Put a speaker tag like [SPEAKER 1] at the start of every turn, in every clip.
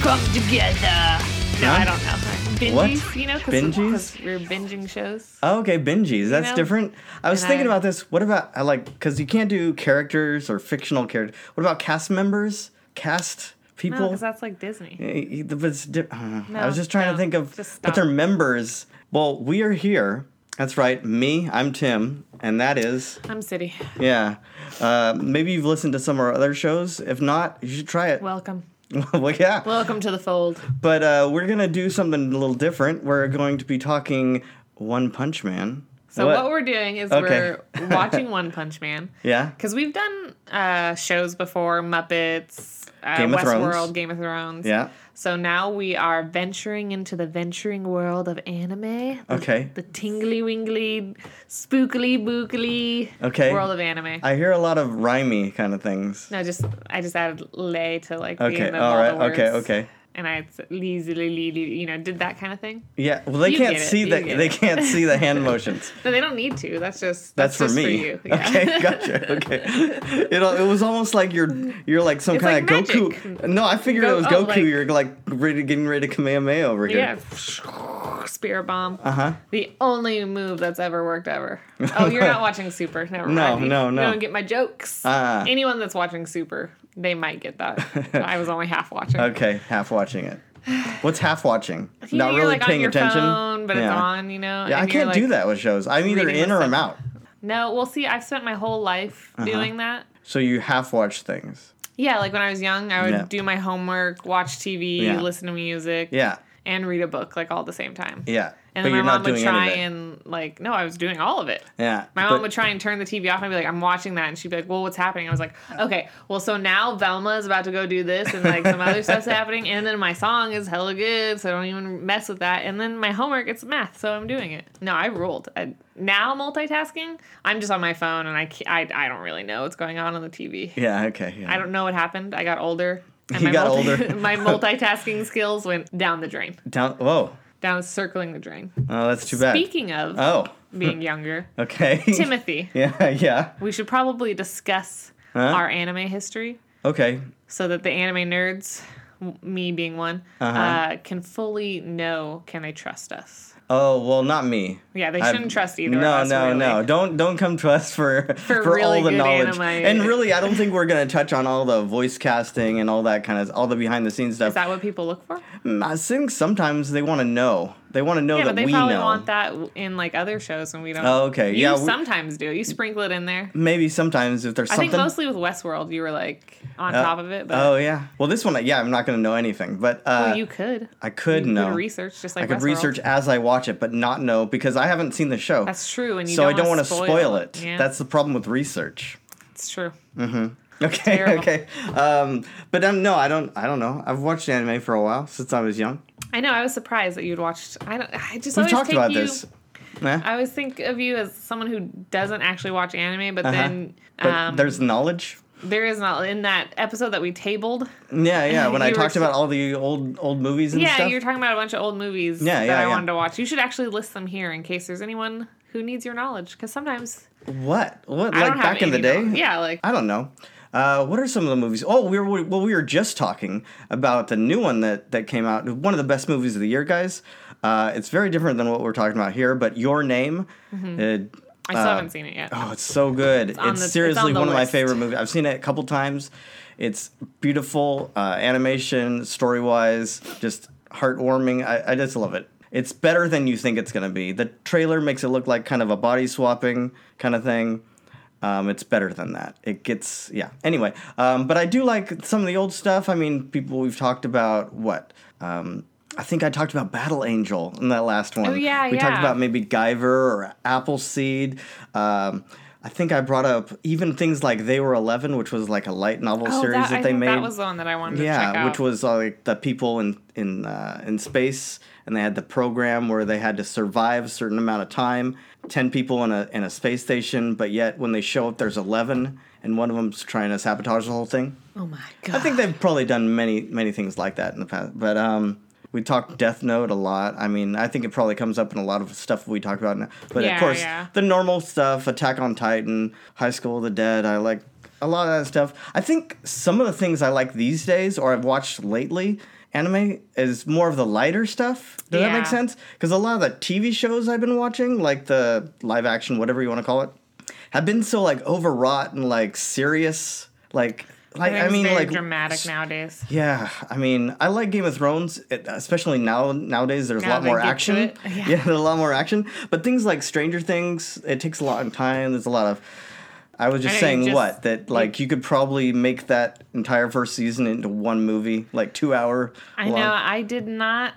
[SPEAKER 1] come together. No,
[SPEAKER 2] Huh?
[SPEAKER 1] I don't know. Binges,
[SPEAKER 2] What?
[SPEAKER 1] you know,
[SPEAKER 2] Binges?
[SPEAKER 1] because we're binging shows.
[SPEAKER 2] Oh, okay, Benji's. That's
[SPEAKER 1] know?
[SPEAKER 2] different. I was
[SPEAKER 1] And
[SPEAKER 2] thinking
[SPEAKER 1] I-
[SPEAKER 2] about this. What about I like because you can't do characters or fictional characters. What about cast members? Cast
[SPEAKER 1] No,
[SPEAKER 2] people?
[SPEAKER 1] because that's like Disney.
[SPEAKER 2] Eh, eh, but it's di- I don't know. I
[SPEAKER 1] No,
[SPEAKER 2] was just trying to
[SPEAKER 1] no,
[SPEAKER 2] think of,
[SPEAKER 1] just
[SPEAKER 2] but
[SPEAKER 1] stop.
[SPEAKER 2] they're members. Well, we are here. That's right. Me, I'm Tim, and that is
[SPEAKER 1] I'm City.
[SPEAKER 2] yeah. Uh, maybe you've listened to some of our other shows. If not, you should try it.
[SPEAKER 1] Welcome.
[SPEAKER 2] well yeah.
[SPEAKER 1] Welcome to the fold.
[SPEAKER 2] But uh, we're gonna do something a little different. We're going to be talking One Punch Man.
[SPEAKER 1] So what, we're doing is
[SPEAKER 2] Okay.
[SPEAKER 1] we're watching One Punch Man.
[SPEAKER 2] yeah.
[SPEAKER 1] Because we've done uh, shows before Muppets, uh,
[SPEAKER 2] Game of
[SPEAKER 1] Westworld,
[SPEAKER 2] Thrones.
[SPEAKER 1] Game of Thrones.
[SPEAKER 2] Yeah.
[SPEAKER 1] So now we are venturing into the venturing world of anime. The,
[SPEAKER 2] Okay.
[SPEAKER 1] The tingly wingly, spookily bookily
[SPEAKER 2] Okay.
[SPEAKER 1] world of anime.
[SPEAKER 2] I hear a lot of rhymey kind of things.
[SPEAKER 1] no, just I just added lay to like the
[SPEAKER 2] Okay.
[SPEAKER 1] end of
[SPEAKER 2] All
[SPEAKER 1] all
[SPEAKER 2] right.
[SPEAKER 1] the words.
[SPEAKER 2] Okay. Okay.
[SPEAKER 1] And I leisurely, you know, did that kind of thing.
[SPEAKER 2] Yeah. Well, they
[SPEAKER 1] You
[SPEAKER 2] can't
[SPEAKER 1] get it,
[SPEAKER 2] see
[SPEAKER 1] you
[SPEAKER 2] the
[SPEAKER 1] get
[SPEAKER 2] they
[SPEAKER 1] it.
[SPEAKER 2] can't see the hand motions.
[SPEAKER 1] No, they don't need to. That's just
[SPEAKER 2] That's, for
[SPEAKER 1] just
[SPEAKER 2] me.
[SPEAKER 1] you. Yeah.
[SPEAKER 2] Okay. Gotcha. Okay. It al- it was almost like you're you're like some
[SPEAKER 1] It's
[SPEAKER 2] kind
[SPEAKER 1] like
[SPEAKER 2] of Goku.
[SPEAKER 1] magic.
[SPEAKER 2] No, I figured it
[SPEAKER 1] Go-
[SPEAKER 2] was
[SPEAKER 1] oh,
[SPEAKER 2] Goku.
[SPEAKER 1] like-
[SPEAKER 2] you're like ready, getting ready to Kamehameha over here.
[SPEAKER 1] yeah. Spirit bomb.
[SPEAKER 2] Uh huh.
[SPEAKER 1] The only move that's ever worked ever. Oh, you're not watching Super. Never
[SPEAKER 2] No,
[SPEAKER 1] mind. You-
[SPEAKER 2] no, no.
[SPEAKER 1] You don't get my jokes.
[SPEAKER 2] Ah.
[SPEAKER 1] Anyone that's watching Super, they might get that. I was only half watching.
[SPEAKER 2] Okay. Half watching it. What's half watching?
[SPEAKER 1] You know,
[SPEAKER 2] Not
[SPEAKER 1] you're,
[SPEAKER 2] really
[SPEAKER 1] like, on
[SPEAKER 2] paying
[SPEAKER 1] your
[SPEAKER 2] attention.
[SPEAKER 1] phone, but it's on, you know.
[SPEAKER 2] Yeah, I
[SPEAKER 1] and you're,
[SPEAKER 2] can't do
[SPEAKER 1] like-
[SPEAKER 2] that with shows. I'm either
[SPEAKER 1] reading
[SPEAKER 2] in
[SPEAKER 1] the
[SPEAKER 2] or I'm
[SPEAKER 1] stuff.
[SPEAKER 2] out.
[SPEAKER 1] No, well, see, I've spent my whole life
[SPEAKER 2] Uh-huh.
[SPEAKER 1] doing that.
[SPEAKER 2] So you half watch things.
[SPEAKER 1] Yeah, like when I was young, I would
[SPEAKER 2] Yeah.
[SPEAKER 1] do my homework, watch TV,
[SPEAKER 2] Yeah.
[SPEAKER 1] listen to music,
[SPEAKER 2] Yeah.
[SPEAKER 1] and read a book like all at the same time.
[SPEAKER 2] Yeah.
[SPEAKER 1] And then
[SPEAKER 2] but
[SPEAKER 1] my
[SPEAKER 2] you're
[SPEAKER 1] mom
[SPEAKER 2] not
[SPEAKER 1] would
[SPEAKER 2] doing
[SPEAKER 1] try
[SPEAKER 2] anything.
[SPEAKER 1] and like, no, I was doing all of it.
[SPEAKER 2] yeah.
[SPEAKER 1] My
[SPEAKER 2] but-
[SPEAKER 1] mom would try and turn the TV off and I'd be like, I'm watching that. And she'd be like, Well, what's happening? I was like, Okay, well, so now Velma is about to go do this and like some other stuff's happening. And then my song is hella good. So don't even mess with that. And then my homework, it's math. So I'm doing it. No, I ruled. I, now multitasking, I'm just on my phone and I, ca- I, I don't really know what's going on on the TV.
[SPEAKER 2] Yeah. Okay. Yeah.
[SPEAKER 1] I don't know what happened. I got older. And
[SPEAKER 2] You
[SPEAKER 1] my
[SPEAKER 2] got
[SPEAKER 1] multi-
[SPEAKER 2] older.
[SPEAKER 1] my multitasking skills went down the drain,
[SPEAKER 2] Down. Whoa.
[SPEAKER 1] down circling the drain.
[SPEAKER 2] Oh, that's too bad.
[SPEAKER 1] Speaking of
[SPEAKER 2] Oh.
[SPEAKER 1] being younger,
[SPEAKER 2] Okay.
[SPEAKER 1] Timothy.
[SPEAKER 2] yeah. Yeah.
[SPEAKER 1] We should probably discuss
[SPEAKER 2] Huh?
[SPEAKER 1] our anime history
[SPEAKER 2] Okay.
[SPEAKER 1] so that the anime nerds, w- me being one, uh
[SPEAKER 2] Uh-huh.
[SPEAKER 1] can fully know can they trust us?
[SPEAKER 2] Oh well, not me.
[SPEAKER 1] Yeah, they
[SPEAKER 2] I've-
[SPEAKER 1] shouldn't trust either.
[SPEAKER 2] No,
[SPEAKER 1] of us,
[SPEAKER 2] no,
[SPEAKER 1] really.
[SPEAKER 2] no. Don't don't come to us for for,
[SPEAKER 1] really
[SPEAKER 2] all the
[SPEAKER 1] good
[SPEAKER 2] knowledge.
[SPEAKER 1] anime.
[SPEAKER 2] And really, I don't think we're gonna touch on all the voice casting and all that kind of all the behind the scenes
[SPEAKER 1] Is
[SPEAKER 2] stuff.
[SPEAKER 1] that what people look for?
[SPEAKER 2] Mm, I think sometimes they want to know. They want to know
[SPEAKER 1] Yeah,
[SPEAKER 2] that
[SPEAKER 1] but they
[SPEAKER 2] we
[SPEAKER 1] probably
[SPEAKER 2] know.
[SPEAKER 1] want that w- in like other shows, and we don't.
[SPEAKER 2] Oh, okay.
[SPEAKER 1] You
[SPEAKER 2] Yeah, we-
[SPEAKER 1] sometimes do. You sprinkle it in there.
[SPEAKER 2] Maybe sometimes if there's
[SPEAKER 1] I
[SPEAKER 2] something.
[SPEAKER 1] think mostly with Westworld, you were like on top of it, but oh,
[SPEAKER 2] oh yeah. Well, this one, yeah, I'm not gonna know anything, but uh,
[SPEAKER 1] you could.
[SPEAKER 2] I could
[SPEAKER 1] you
[SPEAKER 2] know.
[SPEAKER 1] could research just like
[SPEAKER 2] I could
[SPEAKER 1] Westworld.
[SPEAKER 2] research as I watch it, but not know because I haven't seen the show.
[SPEAKER 1] That's true, and you
[SPEAKER 2] so
[SPEAKER 1] don't
[SPEAKER 2] I don't
[SPEAKER 1] want to
[SPEAKER 2] spoil, it.
[SPEAKER 1] Yeah,
[SPEAKER 2] That's the problem with research.
[SPEAKER 1] it's true.
[SPEAKER 2] Okay,
[SPEAKER 1] terrible.
[SPEAKER 2] okay. Um, but um, no, I don't. I don't know. I've watched anime for a while since I was young.
[SPEAKER 1] I know. I was surprised that you'd watched. I don't. I just
[SPEAKER 2] We've
[SPEAKER 1] always
[SPEAKER 2] talked
[SPEAKER 1] take
[SPEAKER 2] about
[SPEAKER 1] you,
[SPEAKER 2] this. Yeah.
[SPEAKER 1] I always think of you as someone who doesn't actually watch anime, but then
[SPEAKER 2] Uh-huh. but
[SPEAKER 1] um,
[SPEAKER 2] there's knowledge.
[SPEAKER 1] there is not in that episode that we tabled.
[SPEAKER 2] Yeah, yeah. When I
[SPEAKER 1] you were
[SPEAKER 2] talked
[SPEAKER 1] so-
[SPEAKER 2] about all the old old movies and
[SPEAKER 1] Yeah,
[SPEAKER 2] stuff.
[SPEAKER 1] you're talking about a bunch of old movies
[SPEAKER 2] Yeah,
[SPEAKER 1] that
[SPEAKER 2] yeah,
[SPEAKER 1] I
[SPEAKER 2] yeah.
[SPEAKER 1] wanted to watch. You should actually list them here in case there's anyone who needs your knowledge, because sometimes
[SPEAKER 2] what? What?
[SPEAKER 1] I
[SPEAKER 2] Like
[SPEAKER 1] don't have
[SPEAKER 2] back in the
[SPEAKER 1] any
[SPEAKER 2] day?
[SPEAKER 1] knowledge. Yeah, like
[SPEAKER 2] I don't know. Uh, what are some of the movies? Oh, we were well, we were just talking about the new one that that came out. One of the best movies of the year, guys. Uh, it's very different than what we're talking about here, but Your Name. uh,
[SPEAKER 1] I still
[SPEAKER 2] uh,
[SPEAKER 1] haven't seen it yet.
[SPEAKER 2] Oh, it's so good. It's,
[SPEAKER 1] on the- it's
[SPEAKER 2] seriously
[SPEAKER 1] on the
[SPEAKER 2] one of my
[SPEAKER 1] list.
[SPEAKER 2] favorite movies. I've seen it a couple times. It's beautiful, uh, animation, story wise, just heartwarming. I, I just love it. It's better than you think it's going to be. The trailer makes it look like kind of a body swapping kind of thing. Um, it's better than that. It gets, yeah. Anyway, um, but I do like some of the old stuff. I mean, people we've talked about, what? Um, I think I talked about Battle Angel in that last one.
[SPEAKER 1] Oh, yeah,
[SPEAKER 2] We talked
[SPEAKER 1] yeah.
[SPEAKER 2] about maybe Guyver or Appleseed. Um, I think I brought up even things like They Were Eleven, which was like a light novel
[SPEAKER 1] Oh,
[SPEAKER 2] series that,
[SPEAKER 1] I
[SPEAKER 2] they
[SPEAKER 1] think
[SPEAKER 2] made.
[SPEAKER 1] That was the one that I wanted to check
[SPEAKER 2] yeah,
[SPEAKER 1] out.
[SPEAKER 2] which was uh, like the people in in uh, in space, and they had the program where they had to survive a certain amount of time. Ten people in a in a space station, but yet when they show up, there's eleven, and one of them's trying to sabotage the whole thing.
[SPEAKER 1] oh my god.
[SPEAKER 2] I think they've probably done many many things like that in the past. But um, we talked Death Note a lot. I mean, I think it probably comes up in a lot of stuff we talked about now. But of
[SPEAKER 1] Yeah,
[SPEAKER 2] course,
[SPEAKER 1] yeah.
[SPEAKER 2] the normal stuff, Attack on Titan, High School of the Dead. I like a lot of that stuff. I think some of the things I like these days, or I've watched lately. anime is more of the lighter stuff. Does that make
[SPEAKER 1] Yeah.
[SPEAKER 2] sense? Because a lot of the TV shows I've been watching, like the live action, whatever you want to call it, have been so like overwrought and like serious. Like, like I
[SPEAKER 1] Everything's
[SPEAKER 2] mean,
[SPEAKER 1] very
[SPEAKER 2] like
[SPEAKER 1] dramatic nowadays.
[SPEAKER 2] yeah, I mean, I like Game of Thrones, it- especially now. Nowadays, there's a
[SPEAKER 1] Now
[SPEAKER 2] lot
[SPEAKER 1] they
[SPEAKER 2] more
[SPEAKER 1] get to
[SPEAKER 2] action.
[SPEAKER 1] it.
[SPEAKER 2] Yeah.
[SPEAKER 1] Yeah.
[SPEAKER 2] there's a lot more action. But things like Stranger Things, it takes a lot of time. There's a lot of. I was
[SPEAKER 1] I know,
[SPEAKER 2] just
[SPEAKER 1] you
[SPEAKER 2] saying
[SPEAKER 1] just-
[SPEAKER 2] what that like you could probably make that entire first season into one movie, like two hour.
[SPEAKER 1] I know. I did not.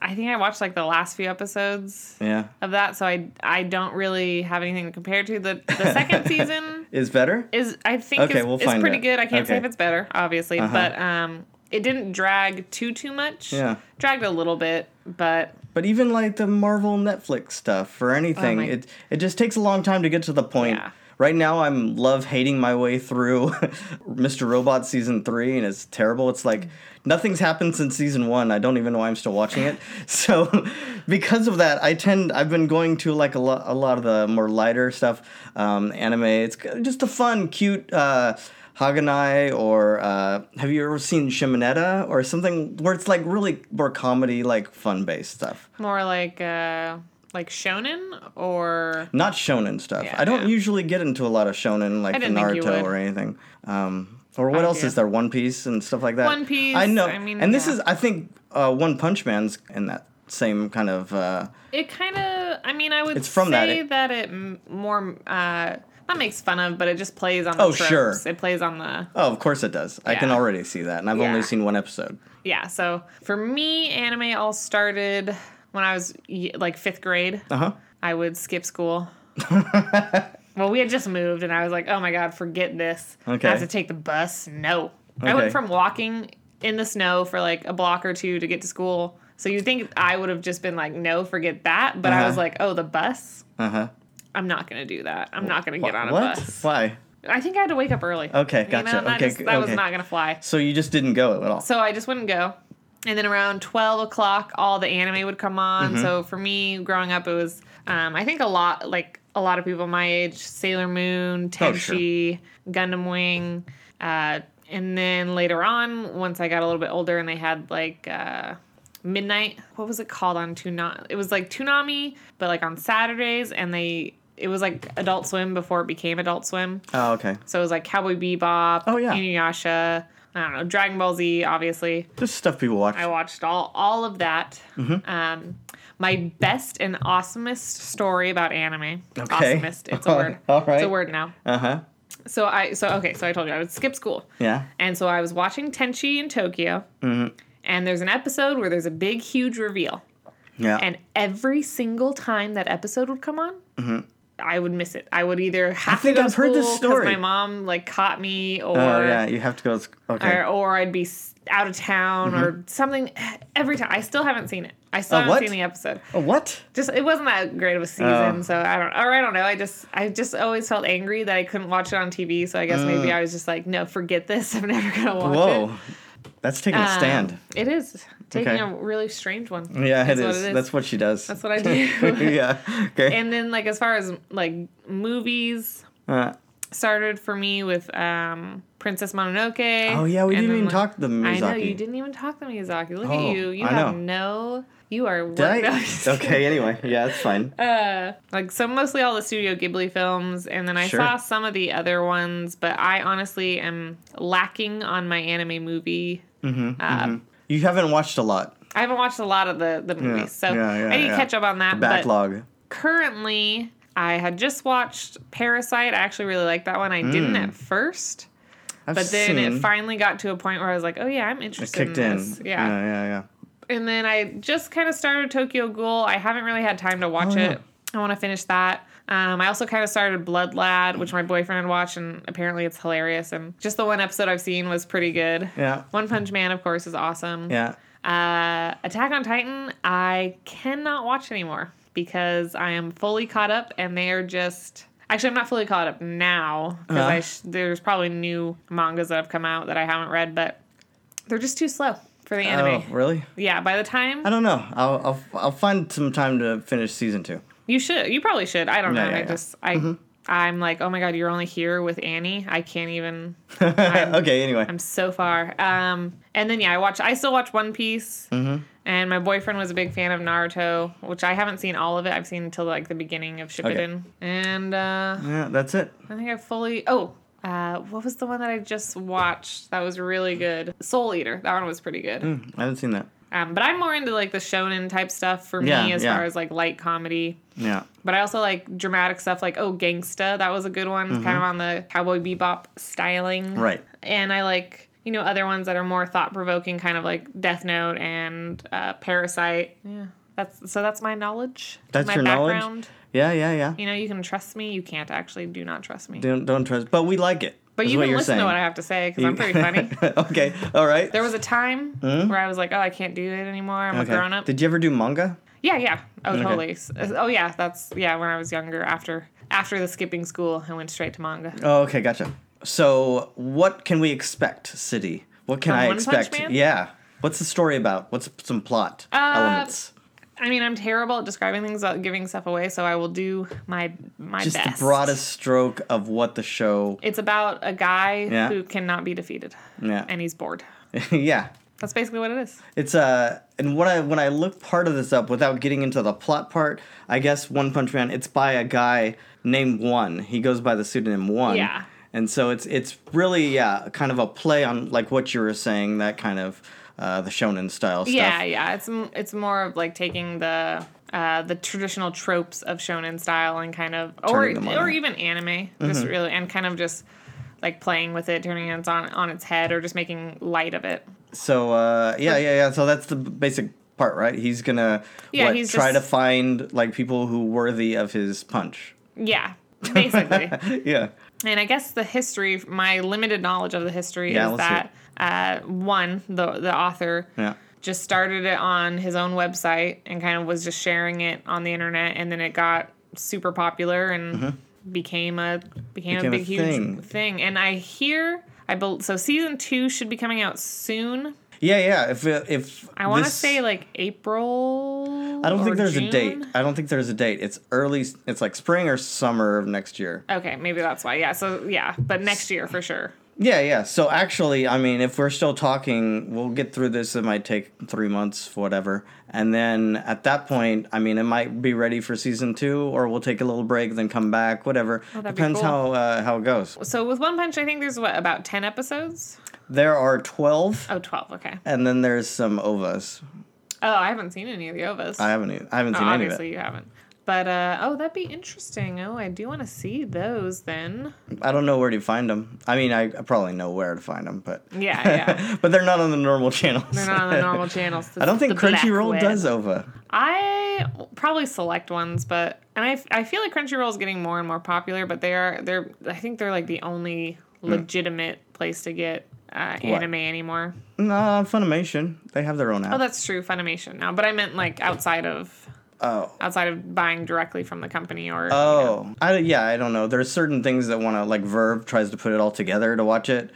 [SPEAKER 1] I think I watched like the last few episodes
[SPEAKER 2] Yeah,
[SPEAKER 1] of that, so I I don't really have anything to compare to. The the second season
[SPEAKER 2] is better.
[SPEAKER 1] is I think
[SPEAKER 2] Okay,
[SPEAKER 1] is,
[SPEAKER 2] we'll
[SPEAKER 1] is
[SPEAKER 2] find
[SPEAKER 1] pretty
[SPEAKER 2] it.
[SPEAKER 1] good. I can't say
[SPEAKER 2] Okay.
[SPEAKER 1] if
[SPEAKER 2] Uh-huh.
[SPEAKER 1] it's better, obviously, but um, it didn't drag too too much.
[SPEAKER 2] Yeah.
[SPEAKER 1] dragged a little bit, but
[SPEAKER 2] But even like the Marvel Netflix stuff or anything,
[SPEAKER 1] Oh my-
[SPEAKER 2] it it just takes a long time to get to the point.
[SPEAKER 1] Yeah.
[SPEAKER 2] Right now, I'm love hating my way through Mr. Robot season three, and it's terrible. It's like nothing's happened since season one. I don't even know why I'm still watching it. So, because of that, I tend I've been going to like a lot a lot of the more lighter stuff, um, anime. It's g- just a fun, cute. Uh, Haganai, or uh, have you ever seen Shimonetta, or something where it's like really more comedy, like fun based stuff?
[SPEAKER 1] more like uh like shonen or
[SPEAKER 2] not shonen stuff.
[SPEAKER 1] Yeah,
[SPEAKER 2] I don't
[SPEAKER 1] yeah.
[SPEAKER 2] usually get into a lot of shonen like the
[SPEAKER 1] didn't think you
[SPEAKER 2] Naruto
[SPEAKER 1] would.
[SPEAKER 2] or anything. Um, or what
[SPEAKER 1] I
[SPEAKER 2] else
[SPEAKER 1] do.
[SPEAKER 2] is there? One Piece and stuff like that.
[SPEAKER 1] One Piece,
[SPEAKER 2] I know.
[SPEAKER 1] I mean,
[SPEAKER 2] and this
[SPEAKER 1] yeah.
[SPEAKER 2] is, I think, uh, One Punch Man's in that same kind of. Uh,
[SPEAKER 1] it kind of i mean i would
[SPEAKER 2] It's from that- eh?
[SPEAKER 1] say that, it m- more uh not makes fun of but it just plays on the
[SPEAKER 2] Oh,
[SPEAKER 1] tropes.
[SPEAKER 2] sure.
[SPEAKER 1] it plays on the
[SPEAKER 2] oh, of course it does. I can
[SPEAKER 1] Yeah.
[SPEAKER 2] already see that, and I've only
[SPEAKER 1] Yeah.
[SPEAKER 2] seen one episode.
[SPEAKER 1] yeah so for me anime all started when i was y- like fifth grade
[SPEAKER 2] Uh huh.
[SPEAKER 1] i would skip school well we had just moved and i was like oh my god forget this
[SPEAKER 2] Okay.
[SPEAKER 1] i have to take the bus no i
[SPEAKER 2] Okay.
[SPEAKER 1] went from walking in the snow for like a block or two to get to school so you think i would have just been like no forget that but i
[SPEAKER 2] Uh-huh.
[SPEAKER 1] was like oh the bus
[SPEAKER 2] Uh huh.
[SPEAKER 1] I'm not gonna do that. I'm not gonna get on a
[SPEAKER 2] what?
[SPEAKER 1] bus.
[SPEAKER 2] Why?
[SPEAKER 1] I think I had to wake up early.
[SPEAKER 2] Okay, gotcha.
[SPEAKER 1] that
[SPEAKER 2] Okay,
[SPEAKER 1] just- that was
[SPEAKER 2] okay.
[SPEAKER 1] not gonna fly.
[SPEAKER 2] So you just didn't go at all.
[SPEAKER 1] So I just wouldn't go. And then around 12 o'clock, all the anime would come on.
[SPEAKER 2] Mm-hmm.
[SPEAKER 1] So for me, growing up, it was um, I think a lot like a lot of people my age: Sailor Moon,
[SPEAKER 2] Oh,
[SPEAKER 1] Tenchi, Gundam Wing. Uh, and then later on, once I got a little bit older, and they had like. Uh, Midnight, what was it called on Toonami? It was like Toonami, but like on Saturdays, and they it was like Adult Swim before it became Adult Swim.
[SPEAKER 2] Oh, okay.
[SPEAKER 1] So it was like Cowboy Bebop,
[SPEAKER 2] Oh, yeah.
[SPEAKER 1] Inuyasha, I don't know, Dragon Ball Z, obviously.
[SPEAKER 2] Just stuff people watch.
[SPEAKER 1] I watched all all of that.
[SPEAKER 2] Mm-hmm.
[SPEAKER 1] Um, my best and awesomest story about anime.
[SPEAKER 2] Okay.
[SPEAKER 1] Awesomest. It's a word.
[SPEAKER 2] All
[SPEAKER 1] It's
[SPEAKER 2] right.
[SPEAKER 1] a word now.
[SPEAKER 2] Uh huh.
[SPEAKER 1] So I so okay, so I told you I would skip school.
[SPEAKER 2] Yeah.
[SPEAKER 1] And so I was watching Tenchi in Tokyo.
[SPEAKER 2] Mm-hmm.
[SPEAKER 1] And there's an episode where there's a big, huge reveal.
[SPEAKER 2] Yeah.
[SPEAKER 1] And every single time that episode would come on, I would miss it. I would either have
[SPEAKER 2] Mm-hmm. think
[SPEAKER 1] to go
[SPEAKER 2] I've
[SPEAKER 1] to
[SPEAKER 2] heard this
[SPEAKER 1] school 'cause
[SPEAKER 2] story.
[SPEAKER 1] my mom like caught me, or
[SPEAKER 2] oh yeah. You have to go. to sc- Okay.
[SPEAKER 1] or, or I'd be s- out of town or something. Every time, I still haven't seen it. I still
[SPEAKER 2] Uh,
[SPEAKER 1] haven't
[SPEAKER 2] what?
[SPEAKER 1] seen the episode.
[SPEAKER 2] Oh, what?
[SPEAKER 1] Just it wasn't that great of a season,
[SPEAKER 2] Oh.
[SPEAKER 1] so I don't. Or I don't know. I just I just always felt angry that I couldn't watch it on TV. So I guess maybe I was just like, no, forget this. I'm never gonna watch it.
[SPEAKER 2] Uh. Whoa. That's taking a
[SPEAKER 1] Um,
[SPEAKER 2] stand.
[SPEAKER 1] it is taking
[SPEAKER 2] Okay.
[SPEAKER 1] a really strange one.
[SPEAKER 2] Yeah, it
[SPEAKER 1] That's what
[SPEAKER 2] is. That's what she does.
[SPEAKER 1] That's what I do.
[SPEAKER 2] yeah. Okay.
[SPEAKER 1] and then like as far as like movies
[SPEAKER 2] uh,
[SPEAKER 1] started for me with um Princess Mononoke.
[SPEAKER 2] oh yeah, we
[SPEAKER 1] and
[SPEAKER 2] didn't
[SPEAKER 1] then,
[SPEAKER 2] even
[SPEAKER 1] like-
[SPEAKER 2] talk the Miyazaki.
[SPEAKER 1] I know you didn't even talk to Miyazaki. Look
[SPEAKER 2] Oh,
[SPEAKER 1] at you. You
[SPEAKER 2] I
[SPEAKER 1] have no. You are.
[SPEAKER 2] Did
[SPEAKER 1] one-
[SPEAKER 2] I? okay. Anyway, yeah, that's fine.
[SPEAKER 1] Uh, like so, mostly all the Studio Ghibli films, and then I
[SPEAKER 2] Sure.
[SPEAKER 1] saw some of the other ones, but I honestly am lacking on my anime movie. uh,
[SPEAKER 2] You haven't watched a lot.
[SPEAKER 1] I haven't watched a lot of the the movies, so
[SPEAKER 2] yeah, yeah,
[SPEAKER 1] I need
[SPEAKER 2] yeah.
[SPEAKER 1] to catch up on that. but-
[SPEAKER 2] Backlog.
[SPEAKER 1] currently i had just watched parasite i actually really liked that one i didn't
[SPEAKER 2] Hmm.
[SPEAKER 1] at first
[SPEAKER 2] I've
[SPEAKER 1] but then
[SPEAKER 2] seen
[SPEAKER 1] it finally got to a point where i was like oh yeah i'm
[SPEAKER 2] it
[SPEAKER 1] interested
[SPEAKER 2] kicked
[SPEAKER 1] in
[SPEAKER 2] in.
[SPEAKER 1] this Yeah.
[SPEAKER 2] Yeah. Yeah. yeah.
[SPEAKER 1] and then i just kind of started tokyo ghoul i haven't really had time to watch
[SPEAKER 2] Oh, yeah.
[SPEAKER 1] it i want to finish that um, I also kind of started Blood Lad, which my boyfriend watched, and apparently it's hilarious. And just the one episode I've seen was pretty good.
[SPEAKER 2] Yeah.
[SPEAKER 1] One Punch Man, of course, is awesome.
[SPEAKER 2] Yeah.
[SPEAKER 1] Uh, Attack on Titan, I cannot watch anymore because I am fully caught up, and they are just. Actually, I'm not fully caught up now because
[SPEAKER 2] Uh-huh.
[SPEAKER 1] sh- there's probably new mangas that have come out that I haven't read, but they're just too slow for the anime.
[SPEAKER 2] Oh, really?
[SPEAKER 1] Yeah, by the
[SPEAKER 2] I
[SPEAKER 1] time
[SPEAKER 2] don't know. I'll, I'll I'll find some time to finish season two.
[SPEAKER 1] you should, you probably should. I don't
[SPEAKER 2] Yeah,
[SPEAKER 1] know.
[SPEAKER 2] Mm-hmm. yeah,
[SPEAKER 1] I
[SPEAKER 2] yeah.
[SPEAKER 1] just I I'm like, oh my god, you're only here with Annie. I can't even.
[SPEAKER 2] okay, anyway.
[SPEAKER 1] I'm so far. Um, and then yeah, I watch. I still watch One Piece. Mm-hmm. And my boyfriend was a big fan of Naruto, which I haven't seen all of it. I've seen until like the beginning of Shippuden. And uh,
[SPEAKER 2] yeah, that's it.
[SPEAKER 1] I think I fully. Oh, uh, what was the one that I just watched? That was really good. Soul Eater. That one was pretty good.
[SPEAKER 2] I haven't seen that.
[SPEAKER 1] Um, but I'm more into like the shonen type stuff for me
[SPEAKER 2] Yeah,
[SPEAKER 1] as
[SPEAKER 2] yeah.
[SPEAKER 1] far as like light comedy.
[SPEAKER 2] Yeah.
[SPEAKER 1] But I also like dramatic stuff like oh Gangsta, that was a good one, kind of on the cowboy bebop styling.
[SPEAKER 2] Mm-hmm. Right.
[SPEAKER 1] And I like, you know, other ones that are more thought provoking, kind of like Death Note and uh, Parasite. Yeah. That's so that's my knowledge.
[SPEAKER 2] That's
[SPEAKER 1] my
[SPEAKER 2] your knowledge? Yeah, yeah, yeah.
[SPEAKER 1] You know, you can trust me, you can't actually do not trust me.
[SPEAKER 2] Don't don't trust but we like it.
[SPEAKER 1] but
[SPEAKER 2] is
[SPEAKER 1] you
[SPEAKER 2] what
[SPEAKER 1] can
[SPEAKER 2] you're
[SPEAKER 1] listen to
[SPEAKER 2] saying.
[SPEAKER 1] what I have to say because I'm pretty funny.
[SPEAKER 2] okay. All right.
[SPEAKER 1] There was a time where I was like, oh, I can't do it anymore. I'm
[SPEAKER 2] Hmm? okay.
[SPEAKER 1] a grown up.
[SPEAKER 2] Did you ever do manga?
[SPEAKER 1] Yeah, yeah. Oh, totally. S- Oh, yeah. That's yeah. When I was younger, after after the skipping school, I went straight to manga.
[SPEAKER 2] Oh, okay, gotcha. So, what can we expect, City? What can
[SPEAKER 1] From
[SPEAKER 2] I
[SPEAKER 1] One Punch
[SPEAKER 2] expect?
[SPEAKER 1] Man? Uh,
[SPEAKER 2] Yeah. What's the story about? What's some plot elements?
[SPEAKER 1] I mean, I'm terrible at describing things, without giving stuff away, so I will do my my
[SPEAKER 2] Just
[SPEAKER 1] best.
[SPEAKER 2] the broadest stroke of what the show.
[SPEAKER 1] It's about a guy
[SPEAKER 2] Yeah.
[SPEAKER 1] who cannot be defeated,
[SPEAKER 2] Yeah.
[SPEAKER 1] and he's bored.
[SPEAKER 2] yeah.
[SPEAKER 1] That's basically what it is.
[SPEAKER 2] It's uh and when I when I looked part of this up without getting into the plot part, I guess One Punch Man it's by a guy named One. He goes by the pseudonym One.
[SPEAKER 1] Yeah.
[SPEAKER 2] And so it's it's really yeah, kind of a play on like what you were saying, that kind of uh, the shonen style stuff.
[SPEAKER 1] Yeah, yeah. It's m- it's more of like taking the uh, the traditional tropes of shonen style and kind of or
[SPEAKER 2] Turning them on Mm-hmm.
[SPEAKER 1] or
[SPEAKER 2] it.
[SPEAKER 1] even anime, just really and kind of just like playing with it, turning it on on its head, or just making light of it.
[SPEAKER 2] So uh, yeah, yeah, yeah. So that's the b- basic part, right? He's gonna
[SPEAKER 1] Yeah,
[SPEAKER 2] what,
[SPEAKER 1] he's
[SPEAKER 2] try
[SPEAKER 1] just-
[SPEAKER 2] to find like people who worthy of his punch.
[SPEAKER 1] Yeah, basically.
[SPEAKER 2] yeah.
[SPEAKER 1] and I guess the history, my limited knowledge of the history
[SPEAKER 2] Yeah,
[SPEAKER 1] is
[SPEAKER 2] let's hear
[SPEAKER 1] that uh, one, the the author
[SPEAKER 2] Yeah.
[SPEAKER 1] just started it on his own website and kind of was just sharing it on the internet, and then it got super popular and became a became,
[SPEAKER 2] Mm-hmm. Became a
[SPEAKER 1] a big huge
[SPEAKER 2] thing.
[SPEAKER 1] thing. And I hear I bel so season two should be coming out soon.
[SPEAKER 2] Yeah, yeah. If uh, if
[SPEAKER 1] I want to
[SPEAKER 2] this-
[SPEAKER 1] say like April.
[SPEAKER 2] I don't think
[SPEAKER 1] or
[SPEAKER 2] there's a
[SPEAKER 1] June?
[SPEAKER 2] date. I don't think there's a date. It's early. It's like spring or summer of next year.
[SPEAKER 1] Okay, maybe that's why. Yeah. So yeah, but next year for sure.
[SPEAKER 2] Yeah, yeah. So actually, I mean, if we're still talking, we'll get through this. It might take three months, whatever. And then at that point, I mean, it might be ready for season two, or we'll take a little break, then come back, whatever.
[SPEAKER 1] Oh, that'd be
[SPEAKER 2] Depends
[SPEAKER 1] cool.
[SPEAKER 2] how uh, how it goes.
[SPEAKER 1] So with One Punch, I think there's what about ten episodes?
[SPEAKER 2] There are twelve,
[SPEAKER 1] Oh, 12, Okay.
[SPEAKER 2] and then there's some ovas.
[SPEAKER 1] Oh, I haven't seen any of the ovas.
[SPEAKER 2] I haven't e- I haven't
[SPEAKER 1] Oh,
[SPEAKER 2] seen any of
[SPEAKER 1] obviously
[SPEAKER 2] it.
[SPEAKER 1] you haven't. But uh, oh, that'd be interesting. Oh, I do want to see those then.
[SPEAKER 2] I don't know where to find them. I mean, I, I probably know where to find them, but
[SPEAKER 1] Yeah, yeah.
[SPEAKER 2] but they're not on the normal channels.
[SPEAKER 1] They're not on the normal channels.
[SPEAKER 2] I don't think
[SPEAKER 1] The black
[SPEAKER 2] Crunchyroll
[SPEAKER 1] web.
[SPEAKER 2] does OVA.
[SPEAKER 1] I probably select ones, but and I, I feel like Crunchyroll is getting more and more popular. But they are they're I think they're like the only
[SPEAKER 2] Hmm.
[SPEAKER 1] legitimate place to get uh, anime anymore.
[SPEAKER 2] Nah, Funimation. They have their own
[SPEAKER 1] Oh,
[SPEAKER 2] app.
[SPEAKER 1] that's true, Funimation now. But I meant like outside of
[SPEAKER 2] Oh.
[SPEAKER 1] outside of buying directly from the company or you know.
[SPEAKER 2] Oh. I, yeah, I don't know. There's certain things that want to, like, Verve tries to put it all together to watch it.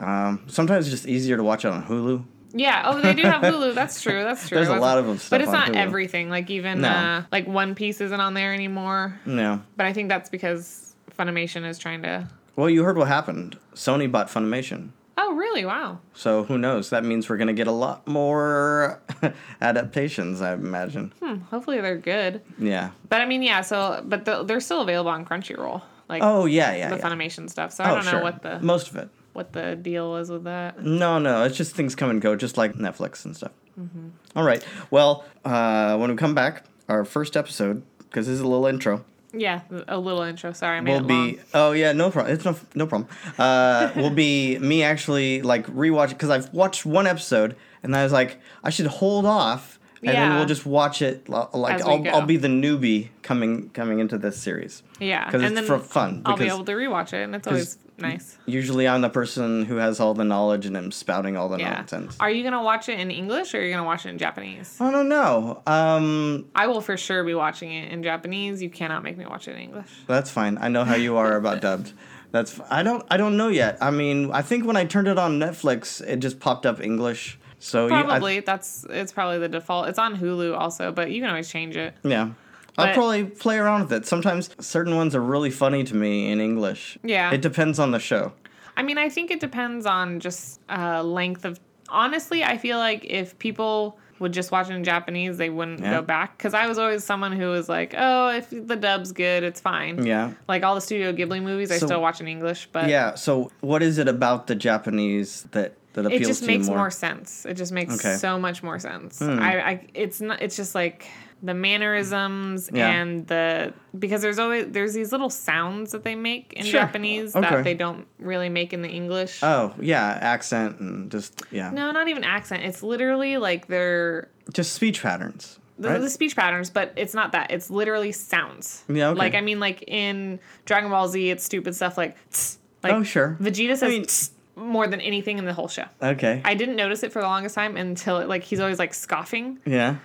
[SPEAKER 2] Um, sometimes it's just easier to watch it on Hulu.
[SPEAKER 1] Yeah. Oh, they do have Hulu. That's true. That's true.
[SPEAKER 2] There's a
[SPEAKER 1] That's-
[SPEAKER 2] lot of them stuff
[SPEAKER 1] But it's
[SPEAKER 2] on
[SPEAKER 1] not
[SPEAKER 2] Hulu.
[SPEAKER 1] everything. Like even
[SPEAKER 2] No.
[SPEAKER 1] uh, like One Piece isn't on there anymore.
[SPEAKER 2] No.
[SPEAKER 1] But I think that's because Funimation is trying to.
[SPEAKER 2] Well, you heard what happened. Sony bought Funimation.
[SPEAKER 1] Oh, really? Wow.
[SPEAKER 2] So who knows? That means we're going to get a lot more adaptations, I imagine.
[SPEAKER 1] Hmm, hopefully they're good.
[SPEAKER 2] Yeah.
[SPEAKER 1] But I mean, yeah. So, but the, they're still available on Crunchyroll. Like
[SPEAKER 2] Oh, yeah, yeah,
[SPEAKER 1] the
[SPEAKER 2] yeah.
[SPEAKER 1] Funimation stuff. So I
[SPEAKER 2] Oh,
[SPEAKER 1] don't know
[SPEAKER 2] sure.
[SPEAKER 1] what the
[SPEAKER 2] Most of it.
[SPEAKER 1] what the deal was with that.
[SPEAKER 2] No, no, it's just things come and go, just like Netflix and stuff.
[SPEAKER 1] Mm-hmm.
[SPEAKER 2] All right. Well, uh, when we come back, our first episode, because this is a little intro,
[SPEAKER 1] Yeah, a little intro. Sorry, I made
[SPEAKER 2] will
[SPEAKER 1] it
[SPEAKER 2] be.
[SPEAKER 1] long.
[SPEAKER 2] Oh yeah, no problem. It's no no problem. Uh, will be me actually like rewatch because I've watched one episode and I was like, I should hold off. And then
[SPEAKER 1] Yeah.
[SPEAKER 2] we'll just watch it. lo- Like
[SPEAKER 1] As we
[SPEAKER 2] I'll,
[SPEAKER 1] go.
[SPEAKER 2] I'll be the newbie coming coming into this series.
[SPEAKER 1] Yeah,
[SPEAKER 2] because it's
[SPEAKER 1] and then
[SPEAKER 2] for fun.
[SPEAKER 1] I'll be
[SPEAKER 2] because-
[SPEAKER 1] able to rewatch it, and it's always nice.
[SPEAKER 2] Usually, I'm the person who has all the knowledge and I'm spouting all the
[SPEAKER 1] Yeah.
[SPEAKER 2] nonsense.
[SPEAKER 1] Are you gonna watch it in English or are you gonna watch it in Japanese?
[SPEAKER 2] I don't know. Um,
[SPEAKER 1] I will for sure be watching it in Japanese. You cannot make me watch it in English.
[SPEAKER 2] That's fine. I know how you are about dubbed. That's f- I don't I don't know yet. I mean, I think when I turned it on Netflix, it just popped up English. So you- I-
[SPEAKER 1] Probably that's it's probably the default. It's on Hulu also, but you can always change it.
[SPEAKER 2] yeah. I'll
[SPEAKER 1] But-
[SPEAKER 2] probably play around with it. Sometimes certain ones are really funny to me in English.
[SPEAKER 1] Yeah.
[SPEAKER 2] It depends on the show.
[SPEAKER 1] I mean, I think it depends on just uh, length of. Honestly, I feel like if people would just watch it in Japanese, they wouldn't
[SPEAKER 2] Yeah.
[SPEAKER 1] go back. Because I was always someone who was like, oh, if the dub's good, it's fine.
[SPEAKER 2] Yeah.
[SPEAKER 1] Like all the Studio Ghibli movies, I
[SPEAKER 2] So-
[SPEAKER 1] still watch in English, but
[SPEAKER 2] Yeah. So, what is it about the Japanese that
[SPEAKER 1] it
[SPEAKER 2] that appeals
[SPEAKER 1] just
[SPEAKER 2] to
[SPEAKER 1] makes
[SPEAKER 2] you more?
[SPEAKER 1] more. sense. It just makes
[SPEAKER 2] Okay. Hmm.
[SPEAKER 1] so much more sense. I, I, it's not. It's just like the mannerisms
[SPEAKER 2] Yeah.
[SPEAKER 1] and the because there's always there's these little sounds that they make in
[SPEAKER 2] Sure.
[SPEAKER 1] Japanese
[SPEAKER 2] Okay.
[SPEAKER 1] that they don't really make in the English.
[SPEAKER 2] Oh yeah, accent and just yeah,
[SPEAKER 1] no, not even accent. It's literally like they're
[SPEAKER 2] just speech patterns.
[SPEAKER 1] the,
[SPEAKER 2] right?
[SPEAKER 1] the speech patterns, but it's not that. It's literally sounds.
[SPEAKER 2] Yeah, okay.
[SPEAKER 1] Like I mean, like in Dragon Ball Z, it's stupid stuff like. "Tss," like
[SPEAKER 2] oh sure.
[SPEAKER 1] Vegeta says
[SPEAKER 2] mean-
[SPEAKER 1] "Tss" more than anything in the whole show.
[SPEAKER 2] Okay.
[SPEAKER 1] I didn't notice it for the longest time until it, like he's always like scoffing,
[SPEAKER 2] yeah.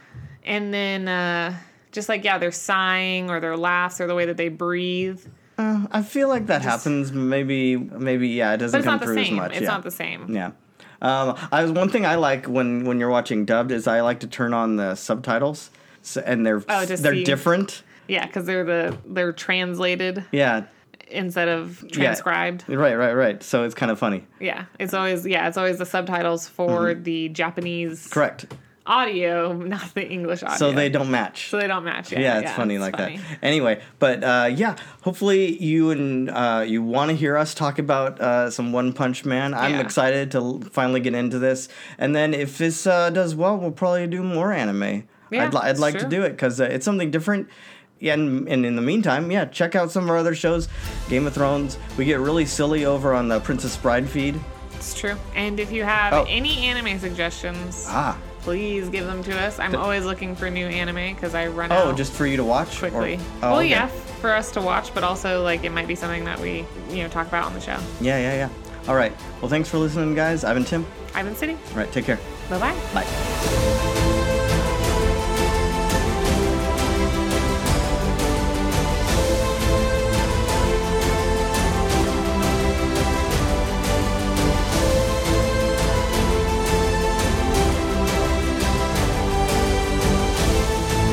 [SPEAKER 1] and then uh, just like yeah, they're sighing or their laughs or the way that they breathe.
[SPEAKER 2] Uh, I feel like that happens. Maybe maybe yeah, it
[SPEAKER 1] But
[SPEAKER 2] doesn't
[SPEAKER 1] it's
[SPEAKER 2] come
[SPEAKER 1] not the
[SPEAKER 2] through as
[SPEAKER 1] same.
[SPEAKER 2] much.
[SPEAKER 1] It's
[SPEAKER 2] yeah.
[SPEAKER 1] not the same.
[SPEAKER 2] Yeah. Um, I was one thing I like when when you're watching dubbed is I like to turn on the subtitles, so, and they're
[SPEAKER 1] Oh, to
[SPEAKER 2] they're
[SPEAKER 1] see.
[SPEAKER 2] different.
[SPEAKER 1] Yeah, because they're the they're translated
[SPEAKER 2] Yeah.
[SPEAKER 1] instead of transcribed.
[SPEAKER 2] Right. Right. Right. So it's kind of funny.
[SPEAKER 1] Yeah, it's always yeah, it's always the subtitles for the Japanese
[SPEAKER 2] Mm-hmm. Correct.
[SPEAKER 1] audio, not the English audio.
[SPEAKER 2] So they don't match.
[SPEAKER 1] so they don't match. Yeah,
[SPEAKER 2] yeah, it's funny like
[SPEAKER 1] funny.
[SPEAKER 2] that. Anyway, but uh, yeah, hopefully you and uh, you want to hear us talk about uh, some One Punch Man. I'm
[SPEAKER 1] Yeah.
[SPEAKER 2] excited to l- finally get into this, and then if this uh, does well, we'll probably do more anime.
[SPEAKER 1] Yeah,
[SPEAKER 2] I'd, li- I'd
[SPEAKER 1] that's
[SPEAKER 2] like to
[SPEAKER 1] true.
[SPEAKER 2] do it because uh, it's something different. Yeah, and, and in the meantime, yeah, check out some of our other shows, Game of Thrones. We get really silly over on the Princess Bride feed.
[SPEAKER 1] It's true. And if you have
[SPEAKER 2] Oh.
[SPEAKER 1] any anime suggestions,
[SPEAKER 2] Ah,
[SPEAKER 1] please give them to us. I'm always looking for new anime because I run out
[SPEAKER 2] oh, just for you to watch or-
[SPEAKER 1] quickly.
[SPEAKER 2] oh,
[SPEAKER 1] well,
[SPEAKER 2] okay.
[SPEAKER 1] yeah, f- for us to watch, but also like it might be something that we you know talk about on the show.
[SPEAKER 2] yeah, yeah, yeah. All right. Well, thanks for listening, guys. I've been Tim.
[SPEAKER 1] I've been City.
[SPEAKER 2] All right, take care.
[SPEAKER 1] Bye bye.
[SPEAKER 2] Bye.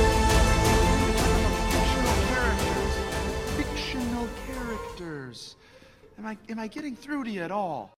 [SPEAKER 3] Fictional characters. Fictional characters. Am I am I getting through to you at all?